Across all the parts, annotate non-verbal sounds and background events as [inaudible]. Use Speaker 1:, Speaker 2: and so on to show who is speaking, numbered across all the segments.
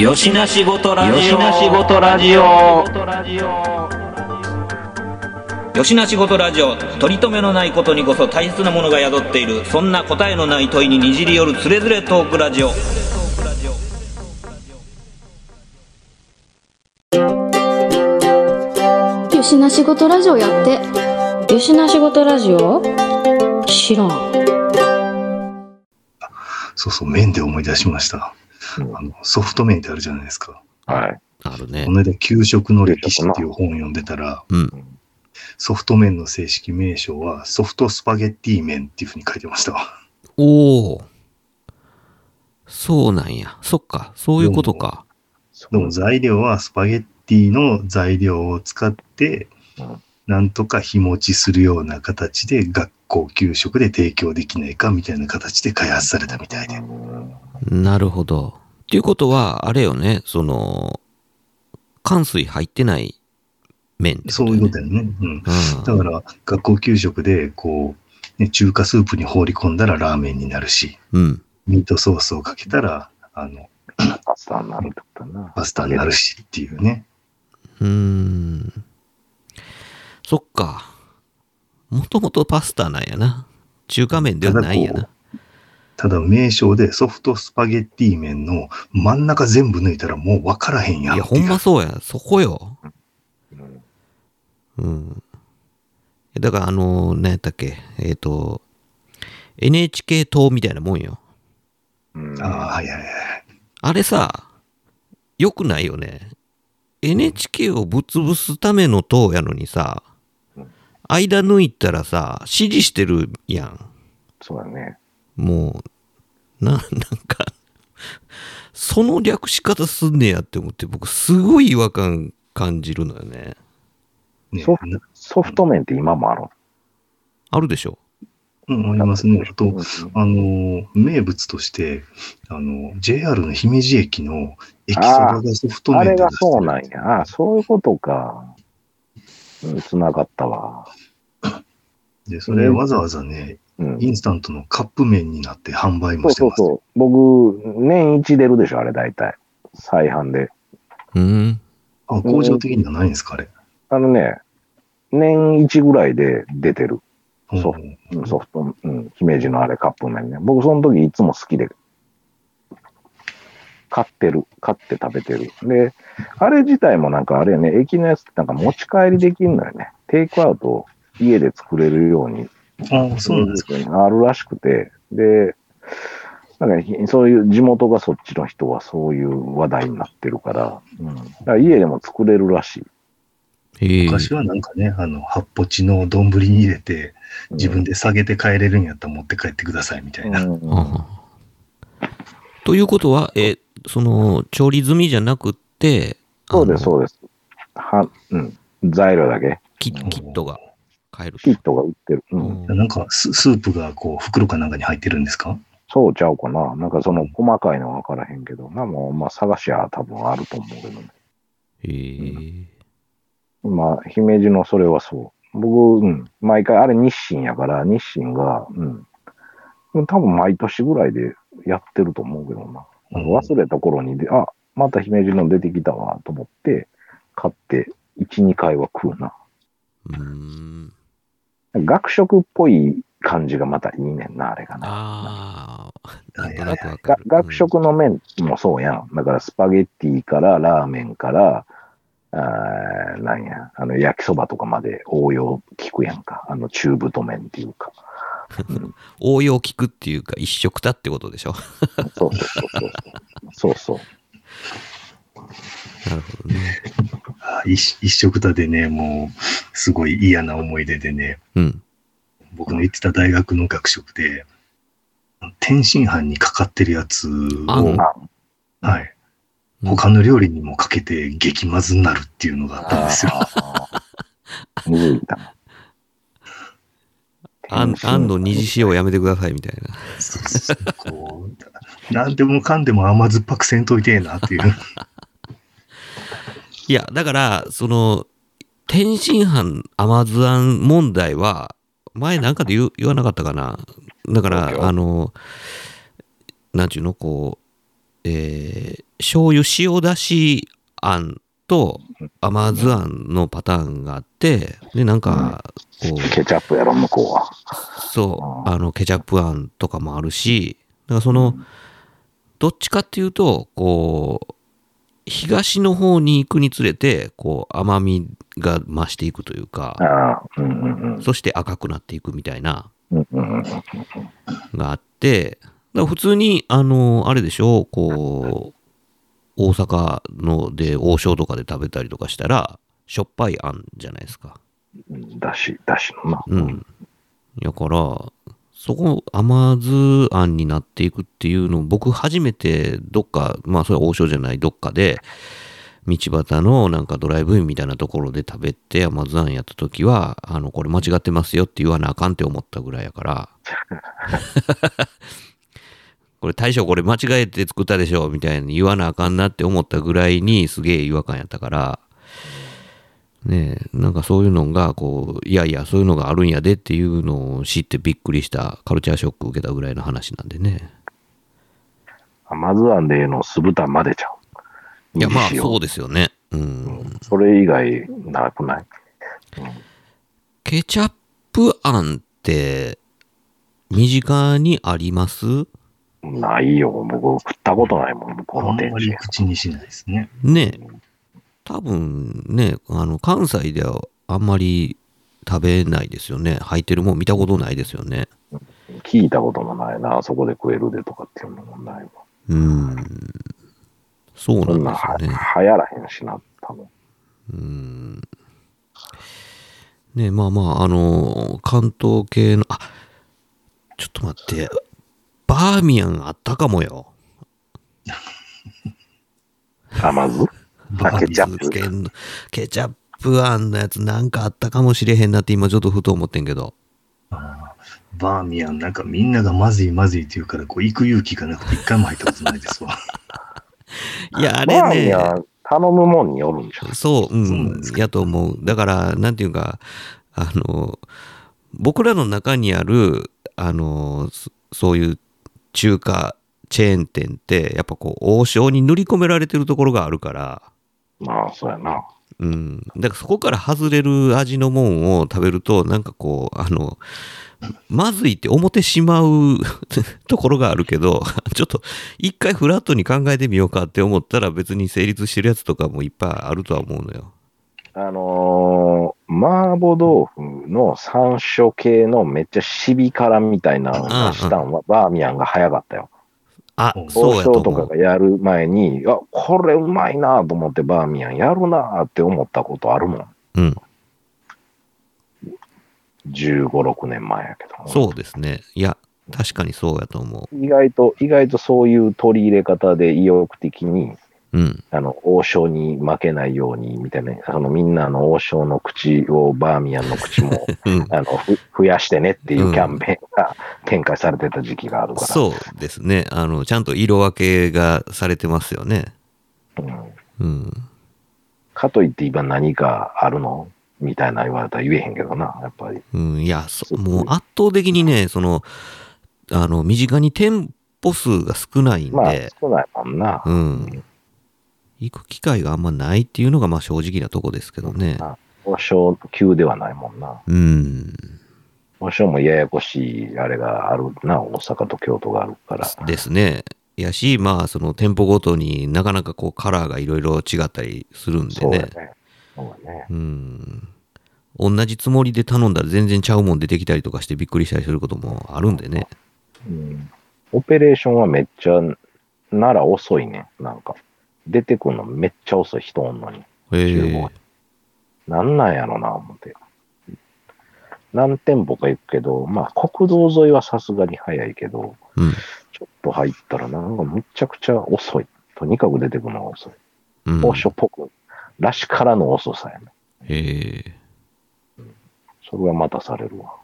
Speaker 1: よしなしごとラジオ
Speaker 2: よしなしごとラジ
Speaker 1: オよしなしごとラジオ取り留めのないことにこそ大切なものが宿っているそんな答えのない問いににじり寄るつれづれトークラジオ
Speaker 3: よしな仕事ラジオやって
Speaker 4: よしな仕事ラジオ知らん。
Speaker 5: そうそう、麺で思い出しました。
Speaker 2: うん
Speaker 5: あのソフト麺ってあるじゃないですか。
Speaker 2: はい。
Speaker 6: ある
Speaker 5: こ
Speaker 6: ね。
Speaker 5: の間、給食の歴史っていう本を読んでたら、
Speaker 6: うん。
Speaker 5: ソフト麺の正式名称はソフトスパゲッティ麺っていうふうに書いてましたわ。
Speaker 6: おお。そうなんや。そっか。そういうことか。
Speaker 5: でも材料はスパゲッティの材料を使って
Speaker 2: うん、
Speaker 5: なんとか日持ちするような形で学校給食で提供できないかみたいな形で開発されたみたいで。
Speaker 6: なるほど。っていうことは、あれよね。その、乾水入ってない麺って
Speaker 5: そういうことだよね。うん。
Speaker 6: う
Speaker 5: だ
Speaker 6: ん。
Speaker 5: から、学校給食で、こう、ね、中華スープに放り込んだらラーメンになるし、
Speaker 6: うん。
Speaker 5: ミートソースをかけたら、あの、
Speaker 2: パスタになるってことだな。
Speaker 5: パスタになるしっていうね。
Speaker 6: うーん。そっか。もともとパスタなんやな。中華麺ではないんやな。
Speaker 5: ただ、名称でソフトスパゲッティ麺の真ん中全部抜いたらもう分からへんやん
Speaker 6: い
Speaker 5: って
Speaker 6: や、
Speaker 5: う。
Speaker 6: ほんまそうや。そこよ。うん。だから、あの、何やったっけ。えっ、と、NHK 党みたいなもんよ。
Speaker 2: うん。
Speaker 5: ああ、はいはいはい。
Speaker 6: あれさ、良くないよね。NHK をぶっ潰すための党やのにさ、間抜いたらさ、支持してるやん。
Speaker 2: そうだね。
Speaker 6: もう、な、なんか、その略し方すんねやって思って、僕、すごい違和感感じるのよね。
Speaker 5: ね
Speaker 2: ソフソフト麺って今もある
Speaker 6: あるでしょ
Speaker 5: うん、ありますね。あと、あの、名物として、あの、JR の姫路駅の駅そばがソフト
Speaker 2: あ
Speaker 5: 麺
Speaker 2: れ
Speaker 5: で
Speaker 2: が
Speaker 5: 出してる
Speaker 2: そうなんや。あそういうことか。うん、つながったわ。
Speaker 5: で、それわざわざね、
Speaker 2: うん。
Speaker 5: インスタントのカップ麺になって販売
Speaker 2: そ
Speaker 5: も
Speaker 2: う
Speaker 5: して
Speaker 2: そう
Speaker 5: ます。
Speaker 2: そう。僕、年一出るでしょ、あれ大体。再販で。
Speaker 6: うん。
Speaker 5: あ、工場的にはないんですか、あれ。
Speaker 2: あのね、年一ぐらいで出てる。そうんうんソフト、うん、姫路のあれカップ麺ね。僕その時いつも好きで、買ってる。買って食べてる。で、あれ自体もなんかあれやね、駅のやつってなんか持ち帰りできるのよね。テイクアウトを家で作れるように
Speaker 5: あそうなんですか。
Speaker 2: あるらしくて、で、なんかひそういう地元がそっちの人はそういう話題になってるから、うん、だから家でも作れるらしい。
Speaker 6: へえ。
Speaker 5: 昔はなんかね、あの、八ポチの丼に入れて、自分
Speaker 2: で。
Speaker 5: で下げて帰れるんやったら持って帰ってくださいみたいな。
Speaker 2: うん
Speaker 6: あはということは、え、その、調理済みじゃなくって、あ
Speaker 2: そう
Speaker 6: の
Speaker 2: です、そうです。は、うん。材料だけ。
Speaker 6: キキットが買える。
Speaker 2: キットが売ってる。うん。
Speaker 6: うん
Speaker 5: なんかス、スープがこう、袋かなんかに入ってるんですか
Speaker 2: そうちゃうかな。なんかその細かいのは分からへんけど、な、もう、まあ、探しゃ多分あると思うけどね。
Speaker 6: へえ。
Speaker 2: まあ、姫路のそれはそう。僕、うん。毎回、あれ日清やから、日清が、うん。うん多分毎年ぐらいでやってると思うけどな。なんか忘れた頃にで、あ、また姫路の出てきたわ、と思って、買って、1、2回は食うな。
Speaker 6: うーん。
Speaker 2: 学食っぽい感じがまたいいねんな、あれがな。
Speaker 6: ああ、
Speaker 5: は
Speaker 6: なん
Speaker 5: い
Speaker 6: と
Speaker 5: はいは
Speaker 6: ないくわか
Speaker 2: が
Speaker 6: る。
Speaker 2: 学食の麺もそうやん。だからスパゲッティからラーメンから、あーなんや、あの焼きそばとかまで応用効くやんか。あの中太麺っていうか。
Speaker 6: 応用聞くっていうか、一食たってことでしょ。
Speaker 2: そうそうそうそう。そうそう。
Speaker 6: なるほどね。
Speaker 5: あ一一食たでね、もう、すごい嫌な思い出でね、
Speaker 6: うん。
Speaker 5: 僕の行ってた大学の学食で、天津飯にかかってるやつ
Speaker 6: あ
Speaker 5: を
Speaker 6: ん、
Speaker 5: はい。
Speaker 6: うん
Speaker 5: 他の料理にもかけて激まずになるっていうのがあったんですよ。
Speaker 2: あーむずいな。
Speaker 6: あん、あんの二次使用やめてくださいみたいな。
Speaker 5: そうそうそうこう、なんでもかんでも甘酸っぱくせんといてえな
Speaker 2: [laughs]
Speaker 5: っていう。
Speaker 6: いや、だから、その、天津飯甘酢あん問題は、前なんかで言う言わなかったかな。だから、あの、なんちゅうの、こう、えー醤油塩だしあんと甘酢あんのパターンがあって、で、なんか、こう、
Speaker 2: ケチャップやろ、向こうは。
Speaker 6: そう、あの、ケチャップあんとかもあるし、だからその、どっちかっていうと、こう、東の方に行くにつれて、こう、甘みが増していくというか、
Speaker 2: ああ、うんうん
Speaker 6: そして赤くなっていくみたいな、
Speaker 2: うん。うんうんうん。
Speaker 6: があって、だから普通に、あの、あれでしょ、こう、大阪ので、王将とかで食べたりとかしたら、しょっぱいあんじゃないですか。
Speaker 2: だし、だしのな。
Speaker 6: うん。だから、そこ、甘酢あんになっていくっていうのを、僕初めてどっか、まあそれは王将じゃない、どっかで、道端のなんかドライブインみたいなところで食べて甘酢あんやった時は、あの、これ間違ってますよって言わなあかんって思ったぐらいやから、これ大将これ間違えて作ったでしょみたいに言わなあかんなって思ったぐらいにすげえ違和感やったから、ねえ、なんかそういうのが、こう、いやいや、そういうのがあるんやでっていうのを知ってびっくりした、カルチャーショック受けたぐらいの話なんでね。
Speaker 2: 甘酢あんでええの酢豚までちゃう。
Speaker 6: いや、まあ、
Speaker 2: にしよ
Speaker 6: そうですよね。うん。
Speaker 2: それ以外、なくない
Speaker 6: ケチャップあんって、身近にあります
Speaker 2: ないよ。僕、食ったことないもん、向こう
Speaker 5: あ
Speaker 2: の
Speaker 5: ん
Speaker 2: 天
Speaker 5: ま
Speaker 2: 津
Speaker 5: り。口にしないですね。
Speaker 6: ねえ。多分ね、あの、関西ではあんまり食べないですよね。履いてるもん見たことないですよね。
Speaker 2: 聞いたこともないな、あそこで食えるでとかっていうのもないわ。
Speaker 6: うん。そう
Speaker 2: そん
Speaker 6: な
Speaker 2: なん
Speaker 6: です
Speaker 2: は
Speaker 6: よ
Speaker 2: 流行
Speaker 6: ね。
Speaker 2: らへんしな、多分。
Speaker 6: うんねまあまあ、あの、関東系の、あちょっと待って、バーミヤンあったかもよ。
Speaker 2: 甘
Speaker 6: [laughs]
Speaker 2: 酢あケチャッ
Speaker 6: 水
Speaker 2: プ。
Speaker 6: 系のケチャップあんのやつなんかあったかもしれへんなって今ちょっとふと思ってんけど。
Speaker 5: バーミヤン、なんかみんながまずいまずいって言うから、こう、行く勇気がなくて一回も入ったことないですわ。
Speaker 6: いや、あ
Speaker 2: バー
Speaker 6: れ
Speaker 2: ミ
Speaker 6: ね
Speaker 2: ヤ、ン頼むもんによるんじゃん。
Speaker 6: そう、う
Speaker 5: そうなん
Speaker 6: ん
Speaker 5: です、
Speaker 6: やと思う。だから、なんていうか、あの、僕らの中にある、あの、そそういう中華チェーン店って、やっぱこう、王将に塗り込められてるところがあるから、
Speaker 2: まあ、そうやな。
Speaker 6: うん。だからそこから外れる味のもんを食べると、なんかこう、あの、まずいって思ってしまう [laughs] ところがあるけど、 [laughs] ちょっと一回フラットに考えてみようかって思ったら別に成立してるやつとかもいっぱいあるとは思うのよ。
Speaker 2: あのー、麻婆豆腐の山椒系のめっちゃシビ辛みたいなのを出したんは、バーミヤンが早かったよ。
Speaker 6: あ、
Speaker 5: うん
Speaker 6: そう
Speaker 2: 王
Speaker 6: やと
Speaker 2: 将と
Speaker 6: 思
Speaker 2: か
Speaker 6: う。
Speaker 2: がやる前に、あ、これうまいなと思ってバーミヤンやるなって思ったことあるもん。
Speaker 6: うん。
Speaker 2: 15、6年前やけど。
Speaker 6: そうですね。いや、確かにそうやと思
Speaker 2: 意外と、意外とそういう取り入れ方で意欲的に、
Speaker 6: う。うん。
Speaker 2: あの、王将に負けないように、みたいな、そのみんなの王将の口を、バーミヤンの口
Speaker 6: [laughs]
Speaker 2: も、
Speaker 6: うん。
Speaker 2: あの、ふ増やしてねっていうキャンペーンが展開されてた時期があるから。
Speaker 6: そうですね。あの、ちゃんと色分けがされてますよね。
Speaker 2: うん
Speaker 6: うん。
Speaker 2: かといって今何かあるのみたいな言われたら言えへんけどな、やっぱり。
Speaker 6: うん、いや、そもう圧倒的にね、その、あの、身近に店舗数が少ないん
Speaker 2: まあ
Speaker 6: で、、
Speaker 2: 少ないもんな。
Speaker 6: うん。行く機会があんまないっていうのが、まあ正直なとこですけどね。
Speaker 2: 王将級ではないもんな。
Speaker 6: うん。
Speaker 2: 王将もややこしい、あれがあるな、大阪と京都があるから。
Speaker 6: ですね。やし、まあ、その店舗ごとになかなかこうカラーがいろいろ違ったりするんで
Speaker 2: そう
Speaker 6: ね。
Speaker 2: だね。そうだね。
Speaker 6: うん。同じつもりで頼んだら全然ちゃうもん出てきたりとかしてびっくりしたりすることもあるんでね。
Speaker 2: うん。オペレーションはめっちゃ、なら遅いね、なんか。出てくるのめっちゃ遅い人おんのに。
Speaker 6: へ
Speaker 2: 集合
Speaker 6: え。
Speaker 2: なんなんやろな、思って。何店舗か行くけど、まあ、国道沿いはさすがに早いけど、
Speaker 6: うん。
Speaker 2: ちょっと入ったらなんかむちゃくちゃ遅い。とにかく出てくるのが遅い。
Speaker 6: うん、
Speaker 2: 王将っぽく、らしからの遅さやね。
Speaker 6: へえ。
Speaker 2: それは待たされるわ。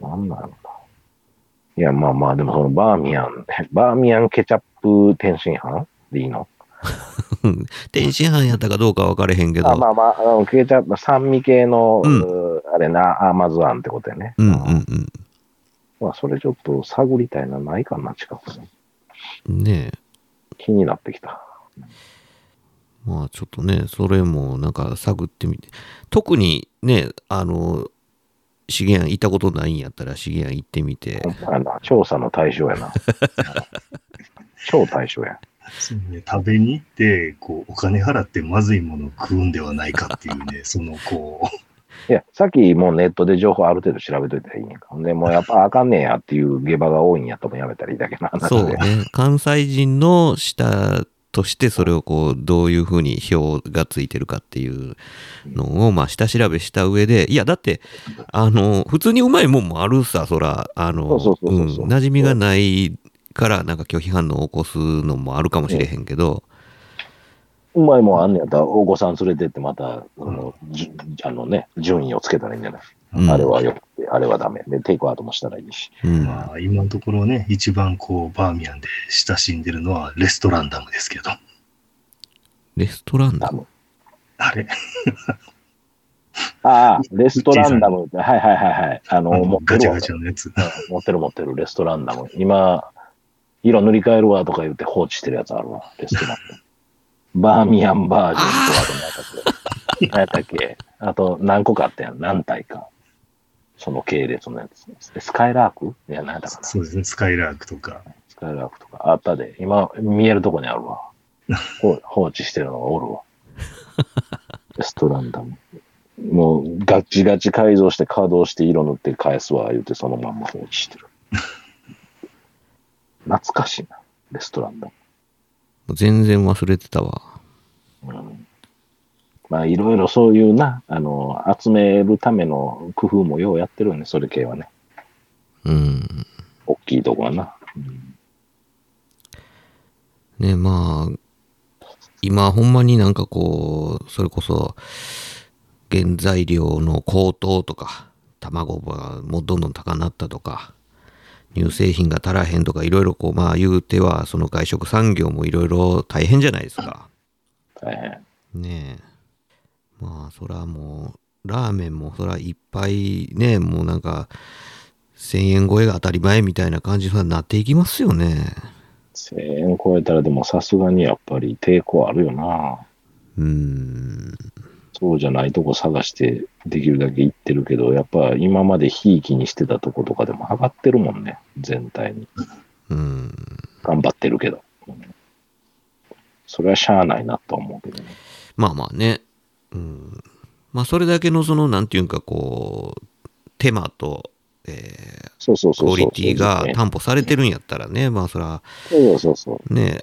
Speaker 2: なんなんやろな。いや、まあまあ、でもそのバーミヤン、バーミヤンケチャップ天津飯でいいの
Speaker 6: うん天津飯やったかどうか分からへんけど。
Speaker 2: あまあまあ、あのケチャップ、酸味系の、
Speaker 6: うん
Speaker 2: うーあれな、甘酢あんってことやね。
Speaker 6: うんうん
Speaker 2: まあ、それちょっと探りたいな、ないかな、近くに。
Speaker 6: うん。ねえ。
Speaker 2: 気になってきた。
Speaker 6: まあちょっとね、それもなんか探ってみて、特にね、あの、資源行ったことないんやったら資源行ってみて
Speaker 2: ほ、んまやな、調査の対象やな。 [laughs] 超対象や。
Speaker 5: そうね、食べに行って、こう、お金払ってまずいものを食うんではないかっていうね、その、こ
Speaker 2: いや、さっきもうネットで情報ある程度調べといたらいいんやんか。ほんで、もうやっ
Speaker 6: [laughs]
Speaker 2: ぱあかんねんやっていう下馬が多いんやともやめたらいいだけな話で。
Speaker 6: そうね、関西人の舌としてそれをこう、どういうふうに票がついてるかっていうのを、まあ下調べした上で、いや、だって、あの、普通にうまいもんもあるさ、そら、あの、
Speaker 2: そうそうそうそう
Speaker 6: うん馴染みがないから、なんか拒否反応を起こすのもあるかもしれへんけど、
Speaker 2: うまいもんあんねやったら、お子さん連れてってまた、そのじゅあのね、順位をつけたらいいんじゃない、
Speaker 6: うん
Speaker 2: あれはよくて、あれはダメ。で、テイクアウトもしたらいいし。
Speaker 6: う
Speaker 5: う、
Speaker 6: ん、
Speaker 5: まあ、今のところね、一番こう、バーミヤンで親しんでるのはレストランダムですけど、
Speaker 6: レストラン
Speaker 2: ダ
Speaker 6: だ。
Speaker 2: ム。
Speaker 5: あれ、
Speaker 2: ああ、レストランダムって、はいはいはいはい。あの、
Speaker 5: あの
Speaker 2: 持って
Speaker 5: ガチャ
Speaker 2: る
Speaker 5: ガ。
Speaker 2: わ
Speaker 5: チャのやつ。
Speaker 2: 持ってる持ってる、レストランダム。今、色塗り替えるわとか言って放置してるやつあるわ、レストラ
Speaker 5: [laughs]
Speaker 2: ンダム。バーミヤンバージョンとか、あと何やったっけ何やったっけあと何個かあったやん、何体か。その系列のやつ。スカイラークいや、何やったかな。ス
Speaker 5: そうですね、スカイラークとか。
Speaker 2: カイラークとかあったで、今、見えるとこにあるわ。ほう放置してるのがおるわ。レストランダム。もうガチガチ改造して稼働して色塗って返すわ言うてそのまんま放置してる。 [laughs] 懐かしいな、レストランダム。
Speaker 6: もう全然忘れてたわ。
Speaker 2: まあいろいろそういうな、あの、集めるための工夫もようやってるよね、それ系はね。
Speaker 6: うん。
Speaker 2: 大きいとこはな。
Speaker 6: ね、まあ、今ほんまになんかこう、それこそ、原材料の高騰とか、卵がもうどんどん高なったとか、乳製品が足らへんとか、いろいろこう、まあ言うては、その外食産業もいろいろ大変じゃないですか。
Speaker 2: 大変。
Speaker 6: ねえまあそらもうラーメンもそらいっぱいねもうなんか1,000円超えが当たり前みたいな感じにはなっていきますよね
Speaker 2: 1000円超えたらでもさすがにやっぱり抵抗あるよな。
Speaker 6: うーん
Speaker 2: そうじゃないとこ探してできるだけ行ってるけど、やっぱ今までひいきにしてたとことかでも上がってるもんね、全体に。
Speaker 6: うん
Speaker 2: 頑張ってるけど。それはしゃあないなとは思うけどね。
Speaker 6: まあまあねうんまあそれだけのそのなんていうんかこう手間と、えー
Speaker 2: そうそうそうそう。
Speaker 6: クオリティが
Speaker 2: そう
Speaker 6: 担保されてるんやったらねまあそら
Speaker 2: そうそうそう。
Speaker 6: ね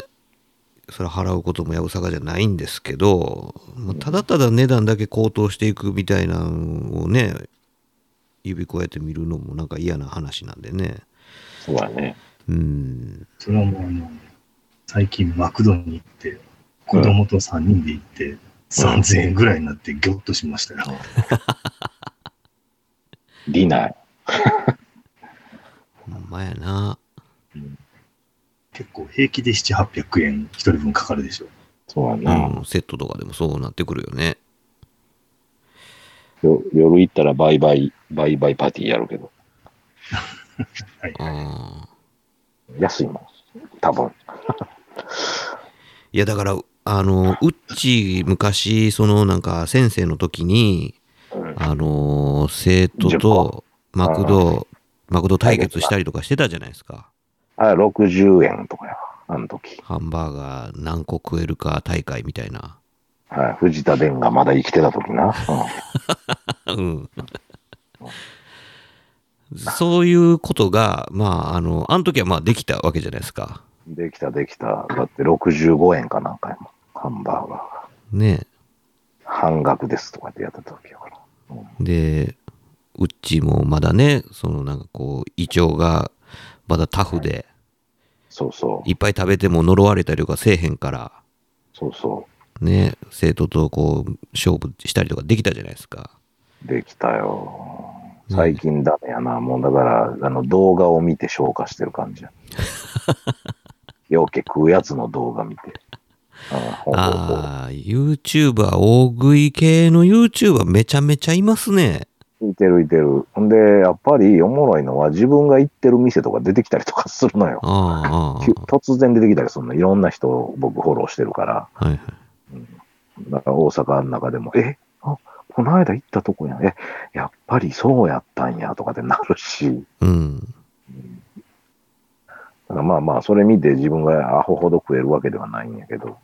Speaker 6: それは払うこともやぶさかじゃないんですけど、まあただただ値段だけ高騰していくみたいなのをね指こうやって見るのもなんか嫌な話なんでね
Speaker 2: そうだね。
Speaker 6: うん
Speaker 5: それはもうあの、最近マクドに行って、子供と3人で行って、3000円ぐらいになってギョッとしましたよ。
Speaker 2: ディナー。
Speaker 6: ほんまやな
Speaker 5: 結構平気で7、800円一人分かかるでしょ。
Speaker 2: そうだ
Speaker 6: う
Speaker 2: な、
Speaker 6: ん、セットとかでもそうなってくるよね
Speaker 2: よ夜行ったらバイバイ、バイバイパーティーやるけど。
Speaker 5: はい。
Speaker 6: あー
Speaker 2: 安いもん。多分。
Speaker 6: いやだからあのうち昔そのなんか先生の時に
Speaker 2: うん
Speaker 6: あの生徒
Speaker 2: 10
Speaker 6: と
Speaker 2: 個
Speaker 6: マクドマクド対決したりとかしてたじゃないですか
Speaker 2: あ、60円とかや。あの時。
Speaker 6: ハンバーガー何個食えるか大会みたいな。
Speaker 2: はい。藤田伝がまだ生きてた時な。うん
Speaker 6: うん。そういうことが、まあ、あの、あの時はまあできたわけじゃないですか。
Speaker 2: できたできた。だって65円かなんかやもん。ハンバーガーが。
Speaker 6: ね。
Speaker 2: 半額ですとかってやってた時やから。
Speaker 6: で、うっちーもまだね、そのなんかこう、胃腸がまだタフで、
Speaker 2: そうそう。
Speaker 6: いっぱい食べても呪われたりとかせえへんから、
Speaker 2: そうそ
Speaker 6: ね、生徒とこう、勝負したりとかできたじゃないですか。
Speaker 2: う。できたよ。最近ダメやな。もうだから、あの動画を見て消化してる感じや。ようけ食うやつの動画見て。あほうほうほう
Speaker 6: ああ、YouTuber、大食い系の YouTuber めちゃめちゃいますね。
Speaker 2: いてるいてる。ほんで、やっぱりおもろいのは自分が行ってる店とか出てきたりとかするのよ。
Speaker 6: ああ、あ
Speaker 2: きゅ突然出てきたりするの。いろんな人を僕フォローしてるから。 [laughs]
Speaker 6: あ、はいはい。
Speaker 2: だから大阪の中でも、えあこの間行ったとこやん。え、やっぱりそうやったんやとかでなるし。
Speaker 6: うん。
Speaker 2: だからまあまあ、それ見て自分がアホほど食えるわけではないんやけ
Speaker 6: [laughs]
Speaker 2: ど、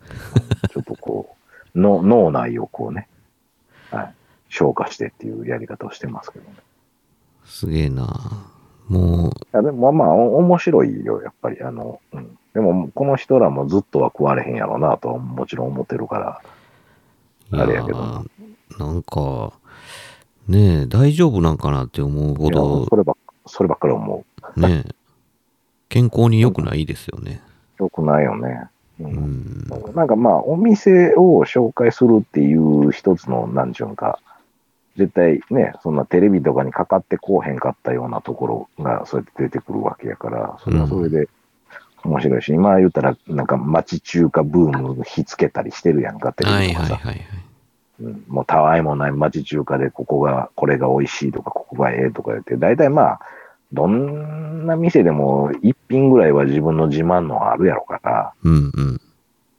Speaker 2: ちょっとこう、の脳内をこうね、はい、消化してっていうやり方をしてますけどね。
Speaker 6: すげえな。もう、
Speaker 2: いやでもまあまあ、お面白いよ、やっぱり。あの、うん、でも、この人らもずっとは食われへんやろうなとはもちろん思ってるから。
Speaker 6: いや
Speaker 2: あれやけど
Speaker 6: ーなんか、ねえ、大丈夫なんかなって思うほ
Speaker 2: いや
Speaker 6: ど
Speaker 2: そ、ればっかそればっかり思う。
Speaker 6: ねえ、健康に良くないですよね。
Speaker 2: よくないよね。う
Speaker 6: うんん。
Speaker 2: なんかまあ、お店を紹介するっていう一つの、なんちゅうんか、絶対ね、そんなテレビとかにかかってこうへんかったようなところが、そうやって出てくるわけやから、それはそれで面白いし、今言ったら、なんか町中華ブーム火つけたりしてるやんか、テ
Speaker 6: は
Speaker 2: レビ
Speaker 6: い
Speaker 2: とか
Speaker 6: はい
Speaker 2: さ
Speaker 6: はい。はい。
Speaker 2: うんもうたわいもない町中華で、ここが、これが美味しいとか、ここがええとか言って、大体まあ、どんな店でも一品ぐらいは自分の自慢のあるやろから、
Speaker 6: うんうん。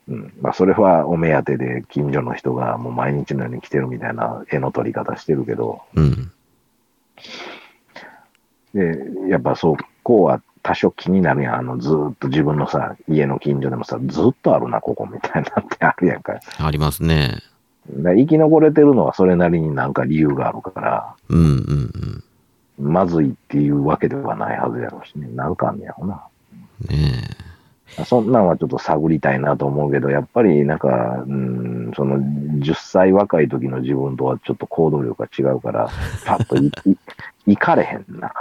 Speaker 2: うん。まあ、それはお目当てで、近所の人がもう毎日のように来てるみたいな絵の取り方してるけど、
Speaker 6: うん。
Speaker 2: で、やっぱそう、こうは多少気になるやん。あの、ずーっと自分のさ、家の近所でもさ、ずーっとあるな、ここみたいなってあるやんか。だか
Speaker 6: ありますね。
Speaker 2: ら生き残れてるのはそれなりになんか理由があるから、
Speaker 6: うんうん
Speaker 2: まずいっていうわけではないはずやろうしね、なんかあんねやろな。
Speaker 6: うん。ね
Speaker 2: そんなんはちょっと探りたいなと思うけど、やっぱりなんか、うん、その10歳若い時の自分とはちょっと行動力が違う
Speaker 6: [laughs]
Speaker 2: から、パッといいいかれへんな。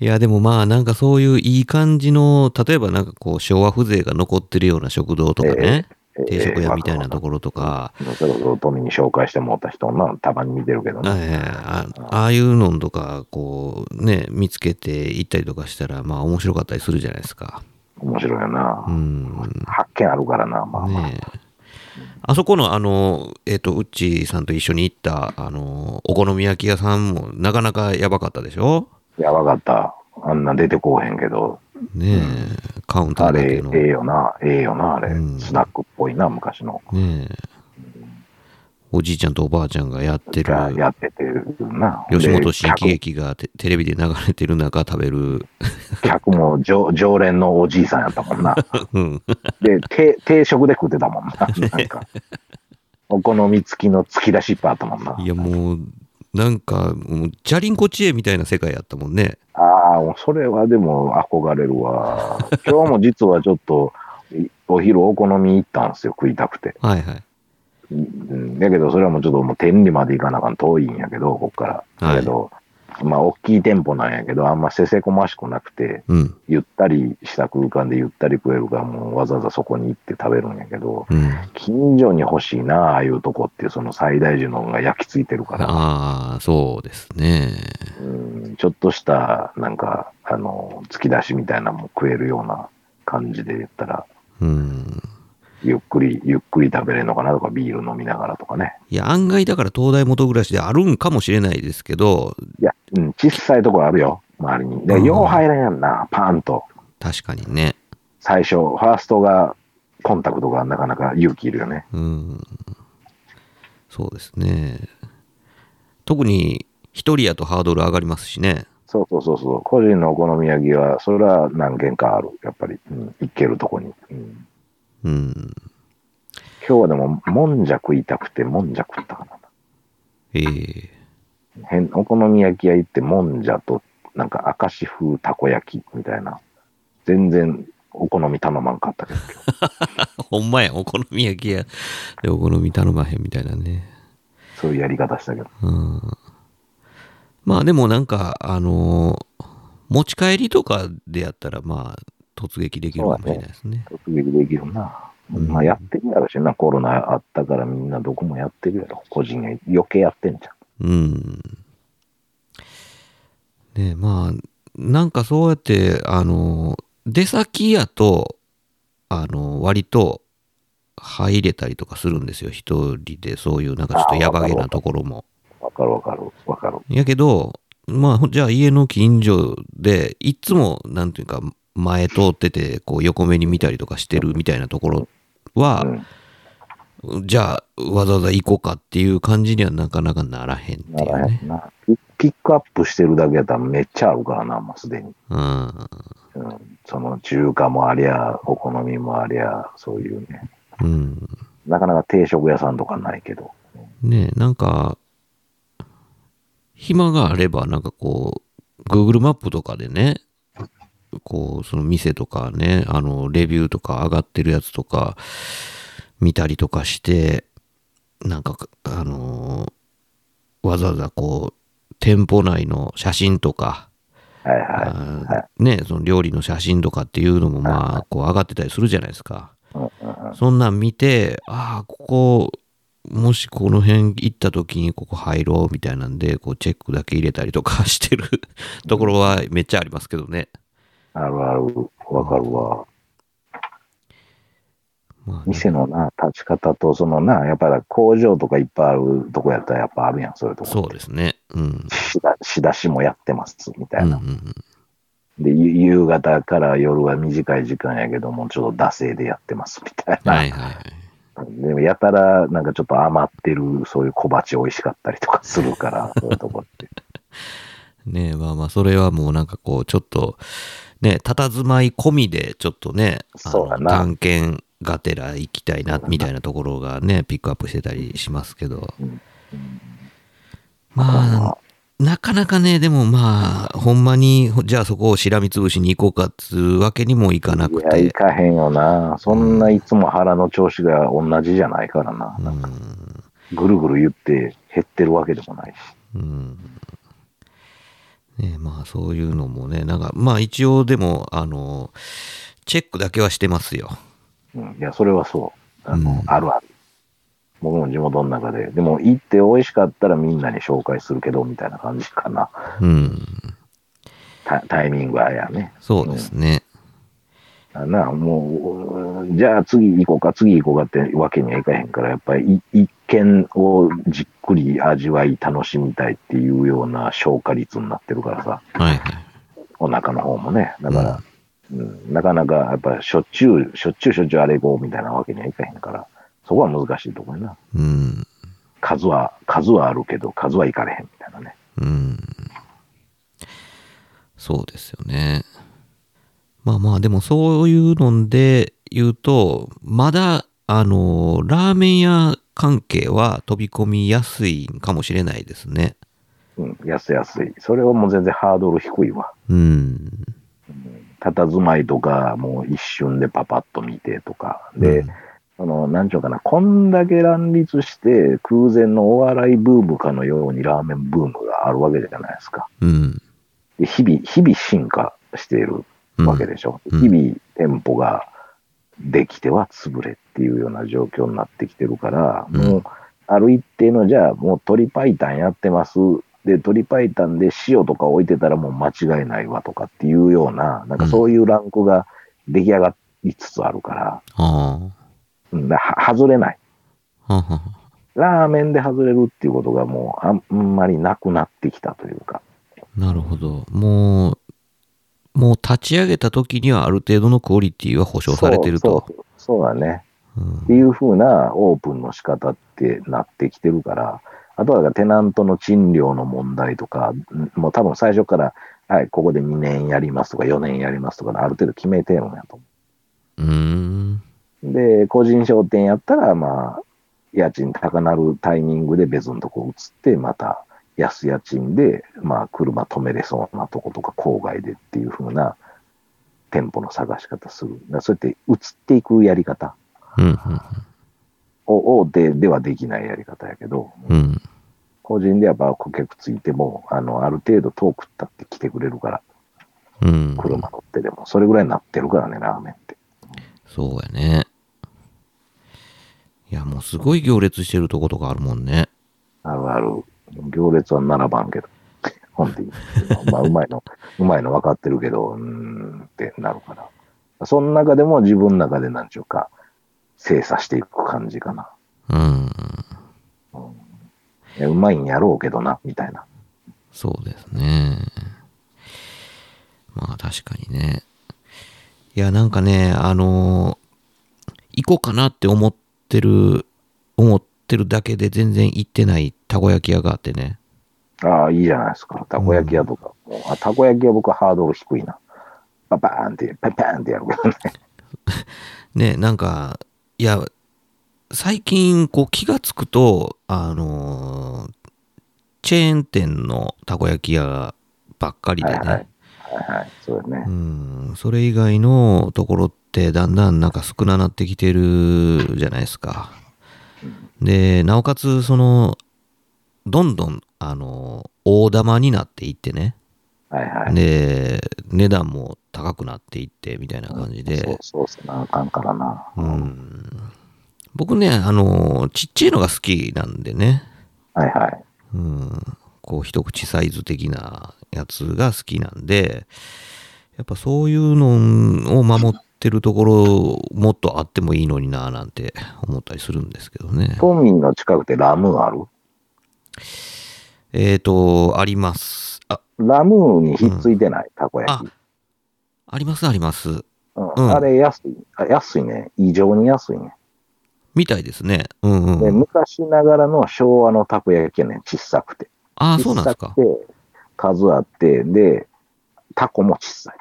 Speaker 6: え。いや、でもまあ、なんかそういういい感じの、例えばなんかこう、昭和風情が残ってるような食堂とかね、定食屋みたいなところとか、
Speaker 2: えー。それこそ富に紹介してもらった人な、たまに見てるけどね。
Speaker 6: ええあああいうのんとか、こう、ね、見つけて行ったりとかしたら、まあ面白かったりするじゃないですか。
Speaker 2: 面白いよな。
Speaker 6: うん。
Speaker 2: 発見あるからな、まあまあ。
Speaker 6: ねえ。あそこの、あの、えっ、と、うっちーさんと一緒に行った、あの、お好み焼き屋さんも、なかなかやばかったでしょ
Speaker 2: やばかった。あんな出てこうへんけど、
Speaker 6: ねえ、カウンタ
Speaker 2: あ
Speaker 6: ーだけ
Speaker 2: れ
Speaker 6: の。、
Speaker 2: ええよな、ええよな、あれ
Speaker 6: う。ん
Speaker 2: スナックっぽいな、昔の。
Speaker 6: ねえ。おじいちゃんとおばあちゃんがやってる、
Speaker 2: がやっててるな。
Speaker 6: 吉
Speaker 2: で
Speaker 6: 本新喜劇がテテレビで流れてる中食べる。
Speaker 2: 客客も常常連のおじいさんやったもん
Speaker 6: [laughs]
Speaker 2: な。
Speaker 6: うん。
Speaker 2: で、定定食で食ってた
Speaker 6: [laughs]
Speaker 2: もんな。なんか。お好み付きの突き出しいっぱいあったもんな。
Speaker 6: いや、もう、なんか、もうジャリンコ知恵みたいな世界やったもんね。
Speaker 2: ああ、もうそれはでも憧れるわ。今日も実はちょっと、いお昼お好み行ったんですよ、食いたくて。
Speaker 6: はいはい。
Speaker 2: うんだけど、それはもうちょっともう天理まで行かなあかん遠いんやけど、こっから。
Speaker 6: はい
Speaker 2: だけど、まあ、大きい店舗なんやけど、あんませせこましくなくて、
Speaker 6: うん。
Speaker 2: ゆったりした空間でゆったり食えるから、もうわざわざそこに行って食べるんやけど、
Speaker 6: うん。
Speaker 2: 近所に欲しいな、ああいうとこって、その最大樹のが焼き付いてるから、
Speaker 6: ああ、そうですね。
Speaker 2: うんちょっとした、なんか、あの、突き出しみたいなのも食えるような感じで言ったら、
Speaker 6: うん。
Speaker 2: ゆっくり、ゆっくり食べれるのかなとか、ビール飲みながらとかね。
Speaker 6: いや、案外だから東大元暮らしであるんかもしれないですけど、
Speaker 2: いや、うん、小さいとこあるよ、周りに。
Speaker 6: う
Speaker 2: で、
Speaker 6: ん
Speaker 2: よう入れんやんな、パーンと。
Speaker 6: 確かにね。
Speaker 2: 最初、ファーストが、コンタクトがなかなか勇気いるよね。
Speaker 6: うん。そうですね。特に一人やとハードル上がりますしね。
Speaker 2: そうそうそうそう、個人のお好み焼きは、それは何軒かある、やっぱり、うん、行けるとこに、うん。
Speaker 6: うん。
Speaker 2: 今日はでも、もんじゃ食いたくて、もんじゃ食ったか
Speaker 6: ええ
Speaker 2: な。変お好み焼き屋行って、もんじゃと、なんか、明石風たこ焼きみたいな、全然お好み頼まんかったけど、今日
Speaker 6: ほんまや、お好み焼き屋でお好み頼まへんみたいなね。
Speaker 2: そういうやり方したけど、
Speaker 6: うん。まあでもなんか、あのー持ち帰りとかでやったら、まあ、突撃できるかもしれないですね。
Speaker 2: 突撃できるな。
Speaker 6: うん
Speaker 2: まあ、やってるやろしな、コロナあったから、みんなどこもやってるやろ、個人が余計やってんじゃん。
Speaker 6: うん。ねえまあ、なんかそうやって、あの、出先やと、あの、割と入れたりとかするんですよ。一人でそういう、なんかちょっとやばげなところも。
Speaker 2: わかるわかるわかる。
Speaker 6: やけど、まあ、ほじゃあ家の近所で、いつも、なんていうか、前通ってて、こう横目に見たりとかしてるみたいなところは、じゃあわざわざ行こうかっていう感じにはなかなかならへんっ
Speaker 2: うん。な
Speaker 6: ていう
Speaker 2: らへ
Speaker 6: ね。
Speaker 2: んな。ピピックアップしてるだけやったらめっちゃあるからな、もうすでに。
Speaker 6: うん。
Speaker 2: その中華もありゃ、お好みもありゃ、そういうね。
Speaker 6: うん。
Speaker 2: なかなか定食屋さんとかないけど。
Speaker 6: ねえなんか、暇があれば、なんかこう、Google マップとかでね、こう、その店とかね、あの、レビューとか上がってるやつとか、見たりとかして、なんか、あのーわざわざこう、店舗内の写真とか、
Speaker 2: はいは
Speaker 6: あーね、その料理の写真とかっていうのもまあこう上がってたりするじゃないですか。そんなん見てああここもしこの辺行った時にここ入ろうみたいなんでこうチェックだけ入れたりとかしてる [laughs] ところはめっちゃありますけどね。
Speaker 2: い。あるある。わかるわ。
Speaker 6: まあね
Speaker 2: 店のな、立ち方と、そのな、やっぱり工場とかいっぱいあるとこやったらやっぱあるやん、そういうとこ。
Speaker 6: そうですね。うん。
Speaker 2: 仕出仕出しもやってます、みた
Speaker 6: う
Speaker 2: い
Speaker 6: んう
Speaker 2: な。
Speaker 6: ん
Speaker 2: で、ゆ夕方から夜は短い時間やけども、ちょっと惰性でやってます、みたい
Speaker 6: うん、
Speaker 2: な。
Speaker 6: はいはいはい。
Speaker 2: でも、やたら、なんかちょっと余ってる、そういう小鉢美味しかったりとかする
Speaker 6: [laughs]
Speaker 2: から、そういうとこって。
Speaker 6: ねえまあまあそれはもうなんかこうちょっとね佇まい込みでちょっとねあの
Speaker 2: そうだな
Speaker 6: 探検がてら行きたいなみたいなところがねピックアップしてたりしますけど
Speaker 2: うん
Speaker 6: まあなかなかねでもまあほんまにほじゃあそこをしらみつぶしに行こうかっつうわけにもいかなく
Speaker 2: いや、行
Speaker 6: て
Speaker 2: かへんよな。そんないつも腹の調子が同じじゃないからな。
Speaker 6: う
Speaker 2: なんか
Speaker 6: ん
Speaker 2: ぐるぐる言って減ってるわけでもないし。
Speaker 6: うんね、まあそういうのもねなんかまあ一応でもあのチェックだけはしてますよ
Speaker 2: うん、いや、それはそう。あの、
Speaker 6: うん
Speaker 2: あるある。僕も地元の中で。でも、行って美味しかったらみんなに紹介するけど、みたいな感じかな。
Speaker 6: うん
Speaker 2: タタイミングはやね。
Speaker 6: そうですね。
Speaker 2: あなあ、もう、じゃあ次行こうか、次行こうかってわけにはいかへんから、やっぱりい一見をじっくり味わい、楽しみたいっていうような消化率になってるからさ、
Speaker 6: はいはい。
Speaker 2: お腹の方もね。だから、うん、なかなかやっぱしょっちゅう、しょっちゅうしょっちゅうあれ行こうみたいなわけにはいかへんから、そこは難しいところやな。
Speaker 6: うん。
Speaker 2: 数は、数はあるけど、数はいかれへんみたいなね。
Speaker 6: うん。そうですよね。まあまあ、でもそういうので言うと、まだ、あの、ラーメン屋関係は飛び込みやすいんかもしれないですね。
Speaker 2: うん、安い安い。それはもう全然ハードル低いわ。
Speaker 6: うん。
Speaker 2: 佇まいとか、もう一瞬でパパッと見てとか。で、
Speaker 6: うん
Speaker 2: その、なんちゅうかな、こんだけ乱立して、空前のお笑いブームかのようにラーメンブームがあるわけじゃないですか。
Speaker 6: うん。
Speaker 2: で日々、日々進化している
Speaker 6: うん
Speaker 2: わけでしょ。
Speaker 6: うん
Speaker 2: 日々、店舗ができては潰れっていうような状況になってきてるから、
Speaker 6: うん
Speaker 2: もう、ある一定の、じゃあ、もう鶏白湯やってます。で、鶏白湯で塩とか置いてたらもう間違いないわとかっていうような、なんかそういうランクが出来上がりつつあるから、
Speaker 6: あ
Speaker 2: うん、だからは外れない。
Speaker 6: あ。はんはん
Speaker 2: ラーメンで外れるっていうことがもうあんあんまりなくなってきたというか。
Speaker 6: なるほど。もう、もう立ち上げた時にはある程度のクオリティは保証されてると
Speaker 2: そ。うそうそうだね。
Speaker 6: うん
Speaker 2: っていう風なオープンの仕方ってなってきてるから、あとはだからテナントの賃料の問題とか、んもう多分最初から、はい、ここで2年やりますとか4年やりますとか、ある程度決めてるんやと思
Speaker 6: うーん。
Speaker 2: う。で、個人商店やったら、まあ、家賃高なるタイミングで別のとこ移って、また安家賃で、まあ、車止めれそうなとことか、郊外でっていう風な店舗の探し方する。だからそうやって移っていくやり方。
Speaker 6: うんうん
Speaker 2: お大手ではできないやり方やけど、
Speaker 6: うん。
Speaker 2: 個人でやっぱ顧客ついても、あの、ある程度遠くったって来てくれるから、
Speaker 6: うん。
Speaker 2: 車乗ってでも、それぐらいになってるからね、ラーメンって。
Speaker 6: そうやね。いや、もうすごい行列してるとことかあるもんね。
Speaker 2: あるある。行列は並ばんけど。 [laughs] ほんで、まあ、うまいの、うまいの分かってるけど、うーんってなるから。その中でも自分の中でなんちゅうか、精査していく感じかな。
Speaker 6: うん。
Speaker 2: いやうまいんやろうけどな、みたいな。
Speaker 6: そうですね。まあ確かにね。いや、なんかね、あの行こうかなって思ってる、思ってるだけで全然行ってないたこ焼き屋があってね。
Speaker 2: ああ、いいじゃないですか。たこ焼き屋とか。もうあたこ焼き屋僕はハードル低いな。パパーンって、パパーンってやるけ
Speaker 6: [laughs]
Speaker 2: どね。
Speaker 6: ね、なんか、いや、最近、こう気がつくと、あのチェーン店のたこ焼き屋ばっかりでね。
Speaker 2: はいはいはいはい、そうだね
Speaker 6: う。ん、それ以外のところってだんだんなんか少ななってきてるじゃないですか。で、なおかつ、その、どんどん、あの、大玉になっていってね。
Speaker 2: はいはい。
Speaker 6: で、値段も高くなっていってみたいな感じ
Speaker 2: そう
Speaker 6: で。
Speaker 2: そうっすな、あかんからな。
Speaker 6: うん、僕ね、あの、ちっちゃいのが好きなんでね。
Speaker 2: はいはい。
Speaker 6: うん、こう一口サイズ的なやつが好きなんで、やっぱそういうのを守ってるところ、もっとあってもいいのになぁなんて思ったりするんですけどね。
Speaker 2: 都民の近くでラムーンある
Speaker 6: えっ、と、あります。あ、
Speaker 2: ラムーンにひっついてない、たこ焼き。
Speaker 6: ありますあります。
Speaker 2: うん
Speaker 6: うん
Speaker 2: あれ安いあ。安いね。異常に安いね。
Speaker 6: みたいですね。うん
Speaker 2: で
Speaker 6: うん。
Speaker 2: 昔ながらの昭和のたこ焼きやね小さくて。
Speaker 6: ああ、そ
Speaker 2: 小
Speaker 6: うなん
Speaker 2: さ
Speaker 6: ですか [laughs]
Speaker 2: く。て、数あって、で、タコも小さい。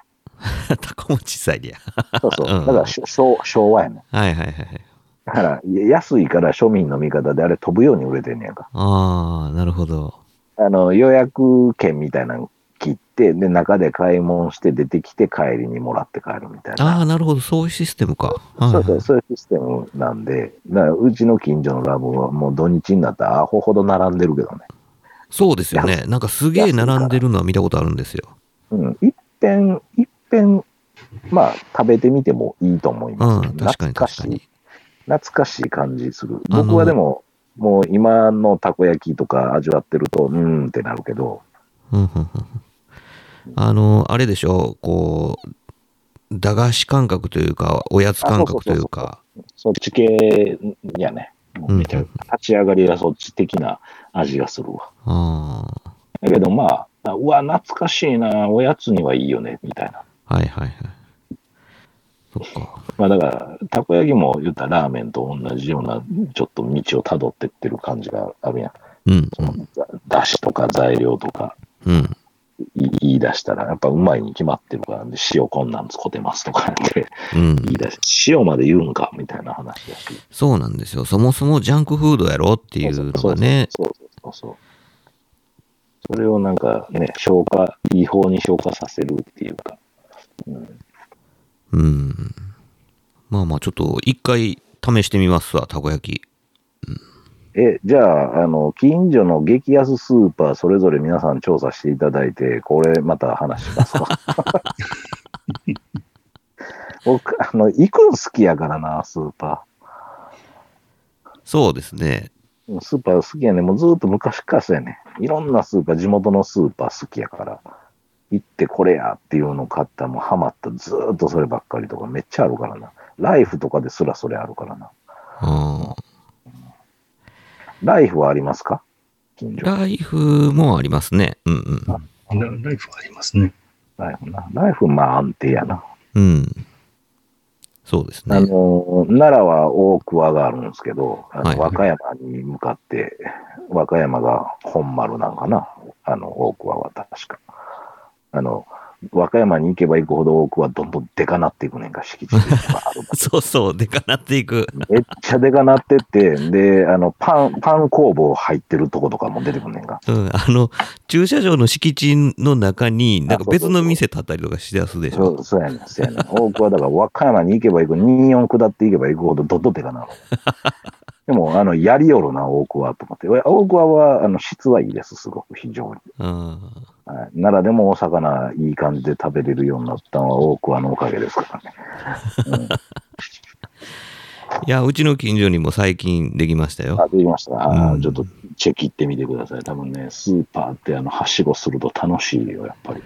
Speaker 6: タコも小さいでや。
Speaker 2: そうそう。
Speaker 6: うん
Speaker 2: だからしょ昭昭和やね
Speaker 6: はいはいはいはい。
Speaker 2: だから、い安いから庶民の味方であれ飛ぶように売れてんねやんか。
Speaker 6: ああ、なるほど。
Speaker 2: あの、予約券みたいなの切って、で、中で買い物して出てきて帰りにもらって帰るみたいな。
Speaker 6: ああ、なるほど。そういうシステムか。はい
Speaker 2: そ
Speaker 6: はいう
Speaker 2: そう、そういうシステムなんで、だからうちの近所のラブはもう土日になったらアホほど並んでるけどね。
Speaker 6: そうですよね。なんかすげえ並んでるのは見たことあるんですよ。
Speaker 2: うん。一遍、一遍、まあ、食べてみてもいいと思います
Speaker 6: う
Speaker 2: けど、
Speaker 6: ん、確かに
Speaker 2: 懐か
Speaker 6: 確
Speaker 2: し
Speaker 6: か
Speaker 2: い
Speaker 6: に。。
Speaker 2: 懐かしい感じする。
Speaker 6: あの
Speaker 2: 僕はでも、もう今のたこ焼きとか味わってると、うーんってなるけど、
Speaker 6: うんうんうんうんあの、あれでしょ、こう、駄菓子感覚というか、おやつ感覚というか、
Speaker 2: そっち系やね。もうめちゃ
Speaker 6: うん
Speaker 2: 立ち上がりがそっち的な味がするわ。
Speaker 6: ああ
Speaker 2: だけどまあ、うわ、懐かしいな、おやつにはいいよね、みたいな。
Speaker 6: はいはいはい。そっか。
Speaker 2: まあだから、たこ焼きも言ったらラーメンと同じような、ちょっと道をたどってってる感じがあるやん。
Speaker 6: うん、
Speaker 2: そのざだしとか材料とか
Speaker 6: うん、うん。
Speaker 2: い言い出したら、やっぱうまいに決まってるから、で塩こんなん使ってますとかって
Speaker 6: うん、
Speaker 2: 言い出し、塩まで言うんかみたいな話だし。
Speaker 6: そうなんですよ。そもそもジャンクフードやろっていうのがね、
Speaker 2: そうそうそうそうそう。それをなんかね、消化、違法に消化させるっていうか。
Speaker 6: うん。まあまあ、ちょっと一回試してみますわ、たこ焼き。
Speaker 2: え、じゃあ、あの、近所の激安スーパー、それぞれ皆さん調査していただいて、これまた話します
Speaker 6: [laughs]
Speaker 2: わ。僕、あの、行くん好きやからな、スーパ
Speaker 6: そうですね。
Speaker 2: ー。スーパー好きやね。もうずっと昔からそうやね。いろんなスーパー、地元のスーパー好きやから、行ってこれやっていうの買ったらもうハマった。ずーっとそればっかりとかめっちゃあるからな。ライフとかですらそれあるからな。
Speaker 6: うん。
Speaker 2: ライフはありますか近所。
Speaker 6: ライフもありますね。うんうん。
Speaker 5: ラライフありますね。
Speaker 2: ライフな。ライフまあ安定やな。
Speaker 6: うん。そうですね。
Speaker 2: あの、奈良は大桑があるんですけど、あの
Speaker 6: はい
Speaker 2: 和歌山に向かって、和歌山が本丸なんかな、あの、大桑は確か。あの、和歌山に行けば行くほど大桑はどんどんでかなっていくねんか、敷地とか
Speaker 6: [laughs]
Speaker 2: ある
Speaker 6: そうそう、でかなっていく。
Speaker 2: めっちゃでかなってって、で、あの、パン、パン工房入ってるとことかも出てくんねんか。
Speaker 6: うん、あの、駐車場の敷地の中に、なんか
Speaker 2: あそうそうそ
Speaker 6: 別
Speaker 2: う
Speaker 6: の店建ったりとかしだすでし
Speaker 2: そ
Speaker 6: ょ。
Speaker 2: うそうやねん、そうやねん。大久はだから和歌山に行けば行く、24下って行けば行くほどどっどでか [laughs] なる。でも、あの、やりよるな、大桑と思って。大桑は、あの、質はいいです、すごく、非常に。
Speaker 6: うん。
Speaker 2: はい、奈良でもお魚いい感じで食べれるようになったのは大桑のおかげですからね。
Speaker 6: いや、うちの近所にも最近できましたよ。
Speaker 2: あ、できました。あ
Speaker 6: うん
Speaker 2: ーちょっとチェキ行ってみてください。多分ね、スーパーってあの、はしごすると楽しいよ、やっぱり。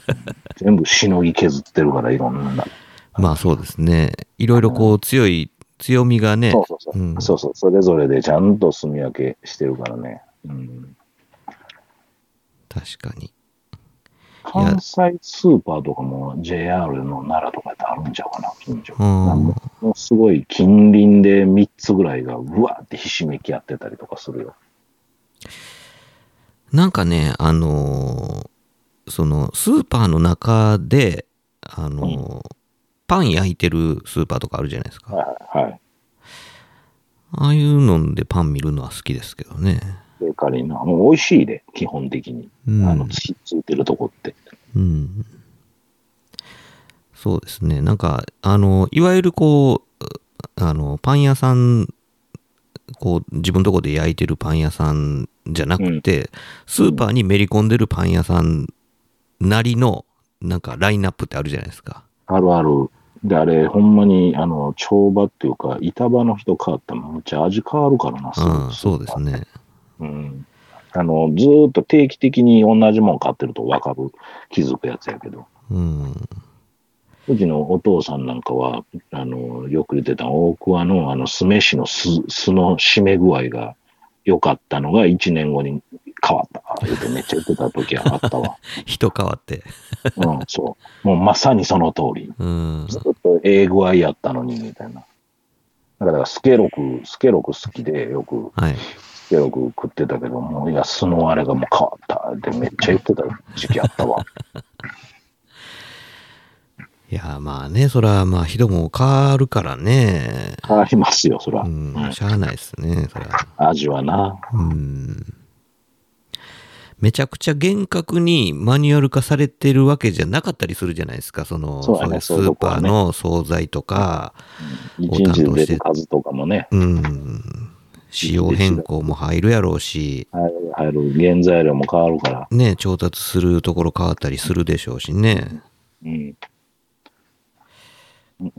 Speaker 2: [laughs] 全部しのぎ削ってるから、いろんな。
Speaker 6: まあそうですね。いろいろこう強い、強みがね
Speaker 2: そ、うそうそう。
Speaker 6: うん
Speaker 2: そうそう。それぞれでちゃんと住み分けしてるからね。うん、
Speaker 6: 確かに。
Speaker 2: 関西スーパーとかも JR の奈良とかってあるんちゃうかな、近所。
Speaker 6: う
Speaker 2: なん
Speaker 6: ん
Speaker 2: か。もうすごい近隣で3つぐらいがうわーってひしめき合ってたりとかするよ。
Speaker 6: なんかね、あのーそのスーパーの中で、あのーパン焼いてるスーパーとかあるじゃないですか。
Speaker 2: はいはい。
Speaker 6: ああいうのでパン見るのは好きですけどね。
Speaker 2: ベーカリーな。もう美味しいで、基本的に。
Speaker 6: うん
Speaker 2: あの、つついてるとこって。
Speaker 6: うん。そうですね。なんか、あの、いわゆるこう、あの、パン屋さん、こう、自分のとこで焼いてるパン屋さんじゃなくて、スーパーにめり込んでるパン屋さんなりの、なんかラインナップってあるじゃないですか。
Speaker 2: あるある。で、あれ、ほんまに、あの、帳場っていうか、板場の人変わっても、むっちゃ味変わるからな、
Speaker 6: うん、そうです。ね。
Speaker 2: うん。あの、ずーっと定期的に同じもん買ってると分かる、気づくやつやけど。
Speaker 6: うん。
Speaker 2: うちのお父さんなんかは、あの、よく言ってた大桑のあの酢飯の酢酢の締め具合が良かったのが1年後に変わった。言ってめっちゃ言ってた時はあったわ。
Speaker 6: 人変わって。
Speaker 2: うん、そう。もうまさにその通り。
Speaker 6: うん。
Speaker 2: ずっとええ具合やったのに、みたいな。だから、スケロク、スケロク好きで、よく、
Speaker 6: はい。
Speaker 2: スケロク食ってたけども、いや、酢のあれがもう変わった。ってめっちゃ言ってた時期あった
Speaker 6: [laughs]
Speaker 2: わ。
Speaker 6: いや、まあね、そら、まあ、人も変わるからね。
Speaker 2: 変わりますよ、そら。
Speaker 6: うん、しゃあないですね、そら。
Speaker 2: 味はな。
Speaker 6: うんめちゃくちゃ厳格にマニュアル化されてるわけじゃなかったりするじゃないですか、その、
Speaker 2: そうだね
Speaker 6: そういうスーパーの惣菜とか、
Speaker 2: 一日で出る数とかもね、
Speaker 6: うん、仕様変更も入るやろうし、
Speaker 2: 入る入る原材料も変わるから、
Speaker 6: ね、調達するところ変わったりするでしょうしね。
Speaker 2: うん。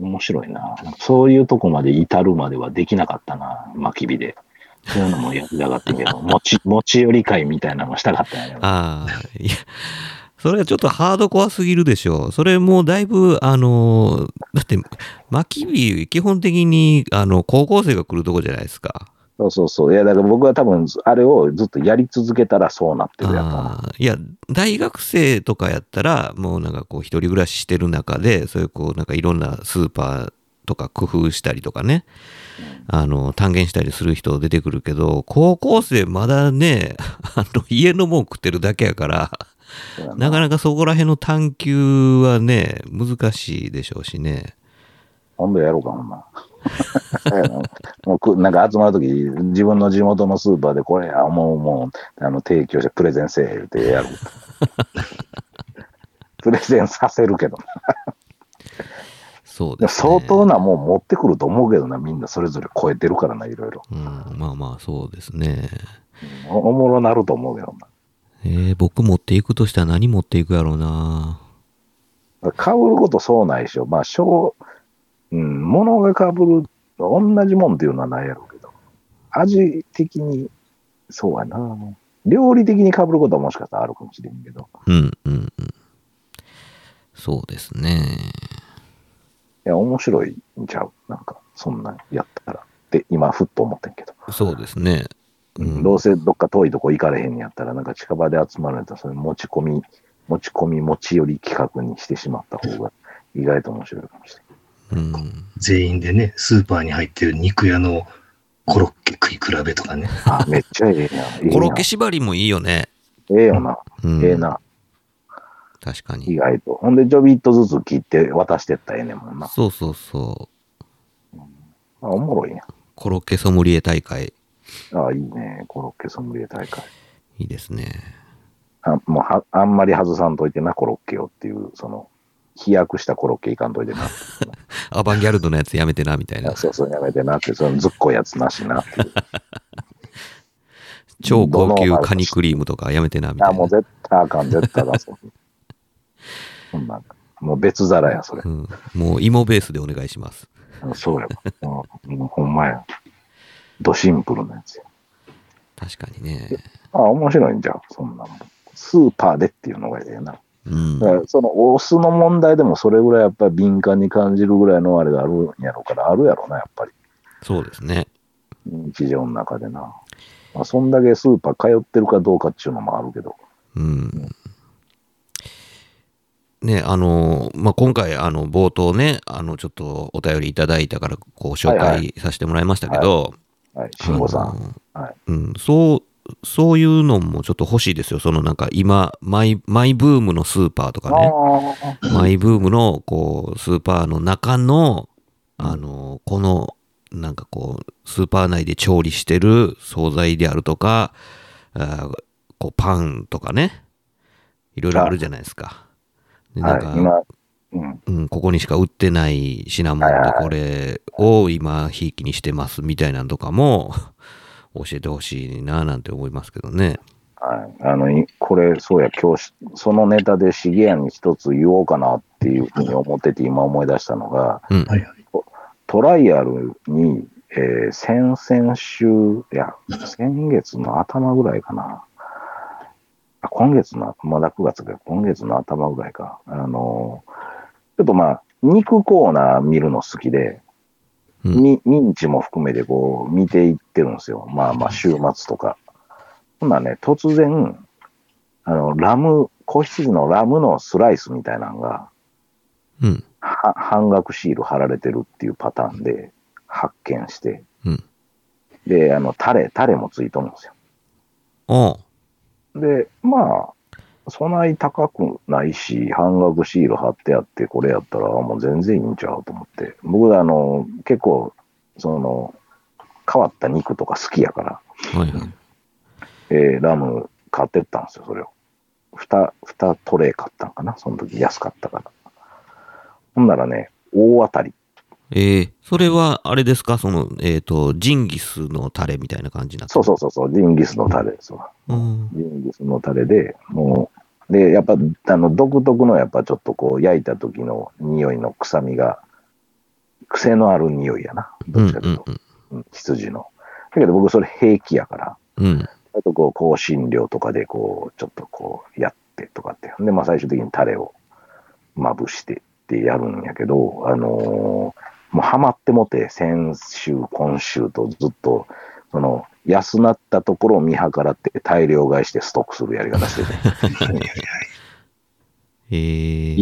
Speaker 2: お面白いな。なんかそういうとこまで至るまではできなかったな、まき火で。そういうのもやりたかったけ
Speaker 6: [laughs]
Speaker 2: ど、持ち、持ち寄り会みたいなのもしたかったんやけど
Speaker 6: ああ、いや、それはちょっとハードコアすぎるでしょう。それもうだいぶ、あの、だって、巻き火、基本的に、あの、高校生が来るとこじゃないですか。
Speaker 2: そうそうそう。いや、だから僕は多分、あれをずっとやり続けたらそうなってるやつだな。
Speaker 6: あーいや大学生とかやったらもうなんかこう一人暮らししてる中でそういうこうなんかいろんなスーパーとか工夫したりとかねあの単元したりする人出てくるけど高校生まだね [laughs] あの家のもん食ってるだけやから
Speaker 2: そうやな
Speaker 6: なかなかそこら辺の探求はね難しいでしょうしね
Speaker 2: 今度やろうか、ほんま。 [laughs] もうくなんか集まるとき、自分の地元のスーパーでこれや、もう、もう、あの提供してプレゼンせえ言う [laughs] てやる。プレゼンさせるけど、
Speaker 6: そ
Speaker 2: で
Speaker 6: うで
Speaker 2: も
Speaker 6: すね
Speaker 2: 相当なもん持ってくると思うけどな、みんなそれぞれ超えてるからな、いろいろ。
Speaker 6: うん、まあまあそうですね
Speaker 2: おおもろなると思うけど
Speaker 6: えー僕持っていくとしたら何持っていくやろうな
Speaker 2: な。かぶることそうないでしょ。まあ、小、うん、物がかぶる、同じもんっていうのはないやろうけど、味的に、そうやな。料理的にかぶることはもしかしたらあるかもしれんけど。
Speaker 6: うんうんうん。そうですね。
Speaker 2: いや、面白いんちゃうなんか、そんなんやったら。って、今、ふっと思ってんけど。
Speaker 6: そうですね。うん
Speaker 2: どうせどっか遠いとこ行かれへんやったら、なんか近場で集まるんやったら、それ持ち込み、持ち込み、持ち寄り企画にしてしまった方が、意外と面白いかもしれ
Speaker 6: [laughs]
Speaker 2: ない。
Speaker 6: うん、
Speaker 5: 全員でね、スーパーに入ってる肉屋のコロッケ食い比べとかね。
Speaker 2: あ、めっちゃええやん。ええやん
Speaker 6: コロッケ縛りもいいよね。
Speaker 2: ええよな。
Speaker 6: うん、
Speaker 2: ええな。
Speaker 6: 確か
Speaker 2: 意
Speaker 6: に。
Speaker 2: 外と。ほんで、ちょびっとずつ切って渡してったらええねんもんな。
Speaker 6: そうそうそう。
Speaker 2: あ、おもろいや
Speaker 6: コロッケソムリエ大会。
Speaker 2: ん。あ、いいね。コロッケソムリエ大会。
Speaker 6: いいですね。
Speaker 2: あもうはあんまり外さんといてな、コロッケをっていう、その、飛躍したコロッケいかん
Speaker 6: [laughs]
Speaker 2: といてな。
Speaker 6: アバンギャルドのやつやめてな、みたいな
Speaker 2: あ。そうそう、やめてなって、そのずっこいやつなしなっていう。
Speaker 6: 超高級カニクリームとかやめてな、みた
Speaker 2: あ、
Speaker 6: い
Speaker 2: も
Speaker 6: な
Speaker 2: う。絶対あかん、絶対出そう。そんなんもう別皿や、それ
Speaker 6: う。ん、もう芋ベースでお願いします。
Speaker 2: うんそうやわ。うんもうほんまや。ドシンプルなやつや。
Speaker 6: 確かにね。
Speaker 2: あ、面白いんじゃん、そんなんも。スーパーでっていうのがええな。
Speaker 6: うん
Speaker 2: だ。からそのお酢の問題でもそれぐらいやっぱり敏感に感じるぐらいのあれがあるんやろうから、あるやろな、やっぱり。
Speaker 6: そうですね。
Speaker 2: 日常の中でな。まあ、そんだけスーパー通ってるかどうかっていうのもあるけど。
Speaker 6: うん。ね、あの、まあ、今回、あの、冒頭ね、あの、ちょっとお便りいただいたから、こう、紹
Speaker 2: はいは
Speaker 6: 介させてもらいましたけど、
Speaker 2: はい、
Speaker 6: あ
Speaker 2: 慎
Speaker 6: の
Speaker 2: 吾さん。はい
Speaker 6: うん、そう、そういうのもちょっと欲しいですよ。そのなんか今、マイ、マイブームのスーパーとかね。
Speaker 2: あ
Speaker 6: マイブームのこうスーパーの中のあのこのなんかこうスーパー内で調理してる惣菜であるとかあーこうパンとかねいろいろあるじゃないですか。で
Speaker 2: ー
Speaker 6: なん
Speaker 2: はい、
Speaker 6: か、
Speaker 2: 今、うん、
Speaker 6: うん、ここにしか売ってない品物
Speaker 2: はい
Speaker 6: で
Speaker 2: はい
Speaker 6: これを今ひいきにしてますみたいなのとかも [laughs] 教えてほしいななんて思いますけどね。
Speaker 2: はい。あの、いこれ、そうや、今日し、そのネタでシゲアに一つ言おうかなっていうふうに思ってて、今思い出したのが、
Speaker 6: うん
Speaker 5: はいはい。
Speaker 2: トライアルに、えー先々週、いや、先月の頭ぐらいかな。あ今月の、まだ9月か、今月の頭ぐらいか。あのーちょっとまあ、肉コーナー見るの好きで、
Speaker 6: うん
Speaker 2: みミンチも含めてこう、見ていってるんですよ。まあまあ、週末とか。ほんならね、突然、あの、ラム、子羊のラムのスライスみたいなのが、
Speaker 6: うん
Speaker 2: は半額シール貼られてるっていうパターンで発見して、
Speaker 6: うん
Speaker 2: で、あの、タレ、タレもついとるんですよ。
Speaker 6: おう
Speaker 2: で、まあ、そない高くないし、半額シール貼ってあって、これやったら、あもう全然いいんちゃうと思って。僕、あの、結構、その、変わった肉とか好きやから、
Speaker 6: はいはい
Speaker 2: えーラム買ってったんですよ、それを。二、二トレイ買ったんかな、その時安かったから。ほんならね、大当たり。
Speaker 6: えーそれはあれですかその、えっ、と、ジンギスのタレみたいな感じになって
Speaker 2: そう
Speaker 6: る
Speaker 2: そうそうそう、ジンギスのタレですわ。
Speaker 6: うん
Speaker 2: ジンギスのタレで、もう、で、やっぱ、あの、独特の、やっぱちょっとこう、焼いた時の匂いの臭みが、癖のある匂いやな。どっちかというと、うん羊の。だけど僕、それ平気やから、
Speaker 6: うんうん
Speaker 2: あとこう、香辛料とかで、こう、ちょっとこう、やってとかって。で、まあ、最終的にタレをまぶしてってやるんやけど、あのーもうハマってもて、先週、今週とずっと、その、安なったところを見計らって大量買いしてストックするやり方してて、
Speaker 5: はいはいはい。
Speaker 6: え
Speaker 2: い
Speaker 6: [laughs] ー、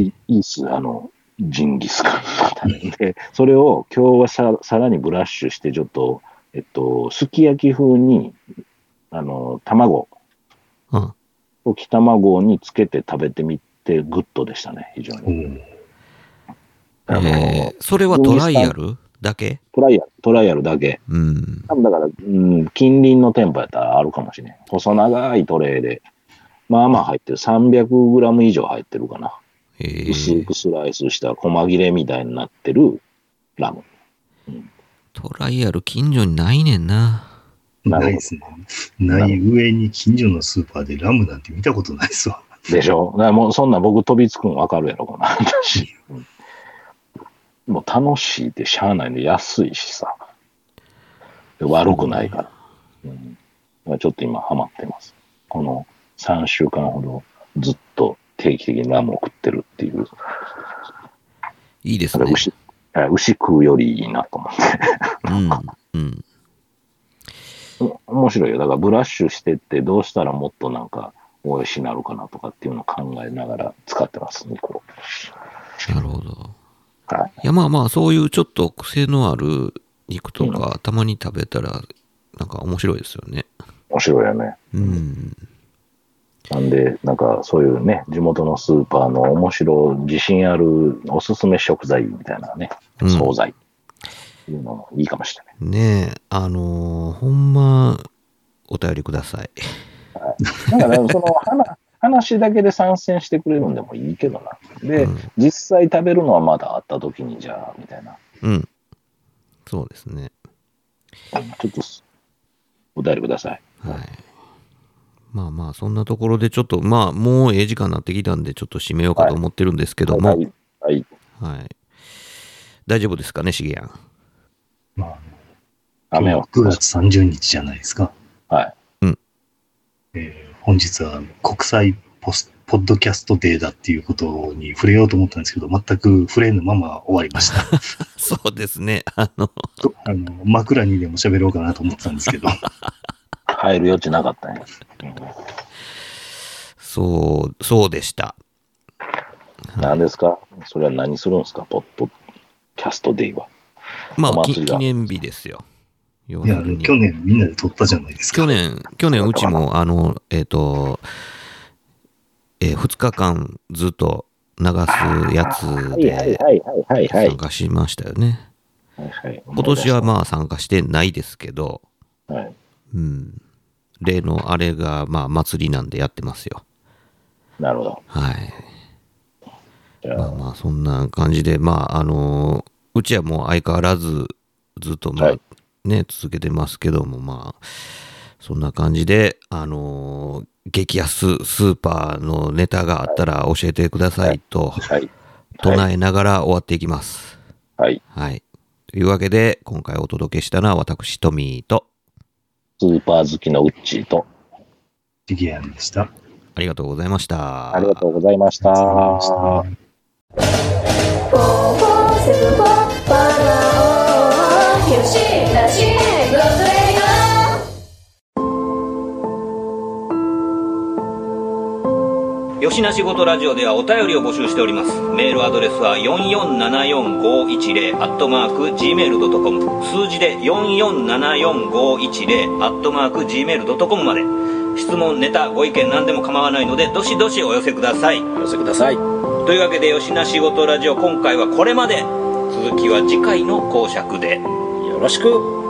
Speaker 2: いいいっす、あの、ジンギスカンのタレで、それを今日はささらにブラッシュして、ちょっと、えっと、すき焼き風に、あの、卵、
Speaker 6: あ
Speaker 2: 溶き卵につけて食べてみて、グッドでしたね、非常
Speaker 5: お
Speaker 2: に。
Speaker 5: ー
Speaker 2: あの、
Speaker 6: えーそれはトライアルだけ
Speaker 2: トライアル、トライアルだけ。
Speaker 6: うん。
Speaker 2: 多分だから、うん、近隣の店舗やったらあるかもしれん。細長いトレーで、まあまあ入ってる。300g 以上入ってるかな。
Speaker 6: え
Speaker 2: 薄
Speaker 6: ー、
Speaker 2: くスライスした細切れみたいになってるラム。
Speaker 6: トライアル近所にないねんな。
Speaker 2: なるほど
Speaker 5: ないですね。ない上に近所のスーパーでラムなんて見たことないっすわ。
Speaker 2: でしょだからもうそんな僕飛びつくんわかるやろ、この [laughs] 話。うんもう楽しいってしゃあないんで安いしさ。で悪くないから。うん、だからちょっと今ハマってます。この3週間ほどずっと定期的にラムを食ってるっていう。
Speaker 6: いいです
Speaker 2: それ
Speaker 6: ね。
Speaker 2: 牛、え牛食うよりいいなと思って。 [laughs]
Speaker 6: うん。うん。
Speaker 2: お面白いよ。だからブラッシュしてってどうしたらもっとなんか美味しいなるかなとかっていうのを考えながら使ってます、肉を。
Speaker 6: なるほど。
Speaker 2: はい。
Speaker 6: いや、まあまあ、そういうちょっと癖のある肉とか、たまに食べたら、なんか面白いですよね。
Speaker 2: 面白いよね。
Speaker 6: うん。
Speaker 2: なんで、なんかそういうね、地元のスーパーの面白い、自信あるおすすめ食材みたいなね、
Speaker 6: うん
Speaker 2: 惣菜っていうのもいいかもしれない。
Speaker 6: ねえ、あのーほんま、お便りください。
Speaker 2: だから、その [laughs] 話話だけで参戦してくれるんでもいいけどな。で、
Speaker 6: うん
Speaker 2: 実際食べるのはまだあった時に、じゃあ、みたいな。
Speaker 6: うん。そうですね。
Speaker 2: ちょっとす、お便りください。
Speaker 6: はい。まあまあ、そんなところで、ちょっと、まあ、もうええ時間になってきたんで、ちょっと締めようかと思ってるんですけども、は。
Speaker 2: はいい。はい。
Speaker 6: 大丈夫ですかね、しげやん。
Speaker 2: [laughs]
Speaker 5: まあ、
Speaker 2: 雨を。
Speaker 5: 9月30日じゃないですか。
Speaker 2: はい。
Speaker 5: えー本日は国際ポスポッドキャストデーだっていうことに触れようと思ったんですけど、全く触れぬまま終わりました。
Speaker 6: そうですね。あの、
Speaker 5: とあの枕にでも喋ろうかなと思ってたんですけど、
Speaker 2: 入る余地なかったね。
Speaker 6: そう、そうでした。
Speaker 2: 何ですかそれは何するんですかポッドキャストデイは。
Speaker 6: まあ
Speaker 2: お、祭
Speaker 6: き
Speaker 2: りだ
Speaker 6: 記念日ですよ。要
Speaker 5: いや、
Speaker 6: するに
Speaker 5: 去年みんなで撮ったじゃないですか。
Speaker 6: 去年、去年うちも、あの、えっ、と、え2日間ずっと流すやつ
Speaker 2: はいはい
Speaker 6: で
Speaker 2: はいはいはいはい
Speaker 6: 参。加しましたよね。
Speaker 2: はいはい
Speaker 6: 今年はまあ参加してないですけど、
Speaker 2: はい
Speaker 6: うん。例のあれが、まあ祭りなんでやってますよ。
Speaker 2: なるほど。
Speaker 6: はい。
Speaker 2: じゃ
Speaker 6: まあ
Speaker 2: あ
Speaker 6: まあそんな感じで、まああのうちはもう相変わらずずっとまあ、
Speaker 2: はい
Speaker 6: ね、続けてますけども、まあそんな感じで、あの激安スーパーのネタがあったら教えてくださいと
Speaker 2: はい。
Speaker 6: 唱えながら終わっていきます。
Speaker 2: はい。
Speaker 6: はい。というわけで、今回お届けしたのは私、トミーと、
Speaker 2: スーパー好きのウッチーと、
Speaker 5: シゲアンでした。
Speaker 6: ありがとうございました。
Speaker 2: ありがとうございました。
Speaker 1: よしなしごとラジオではお便りを募集しておりますメールアドレスは4474510アットマーク Gmail.com 数字で4474510アットマーク Gmail.com まで質問ネタご意見何でも構わないのでどしどしお寄せください
Speaker 2: お寄せください。
Speaker 1: というわけでよしなしごとラジオ今回はこれまで続きは次回の講釈で
Speaker 2: よろしく。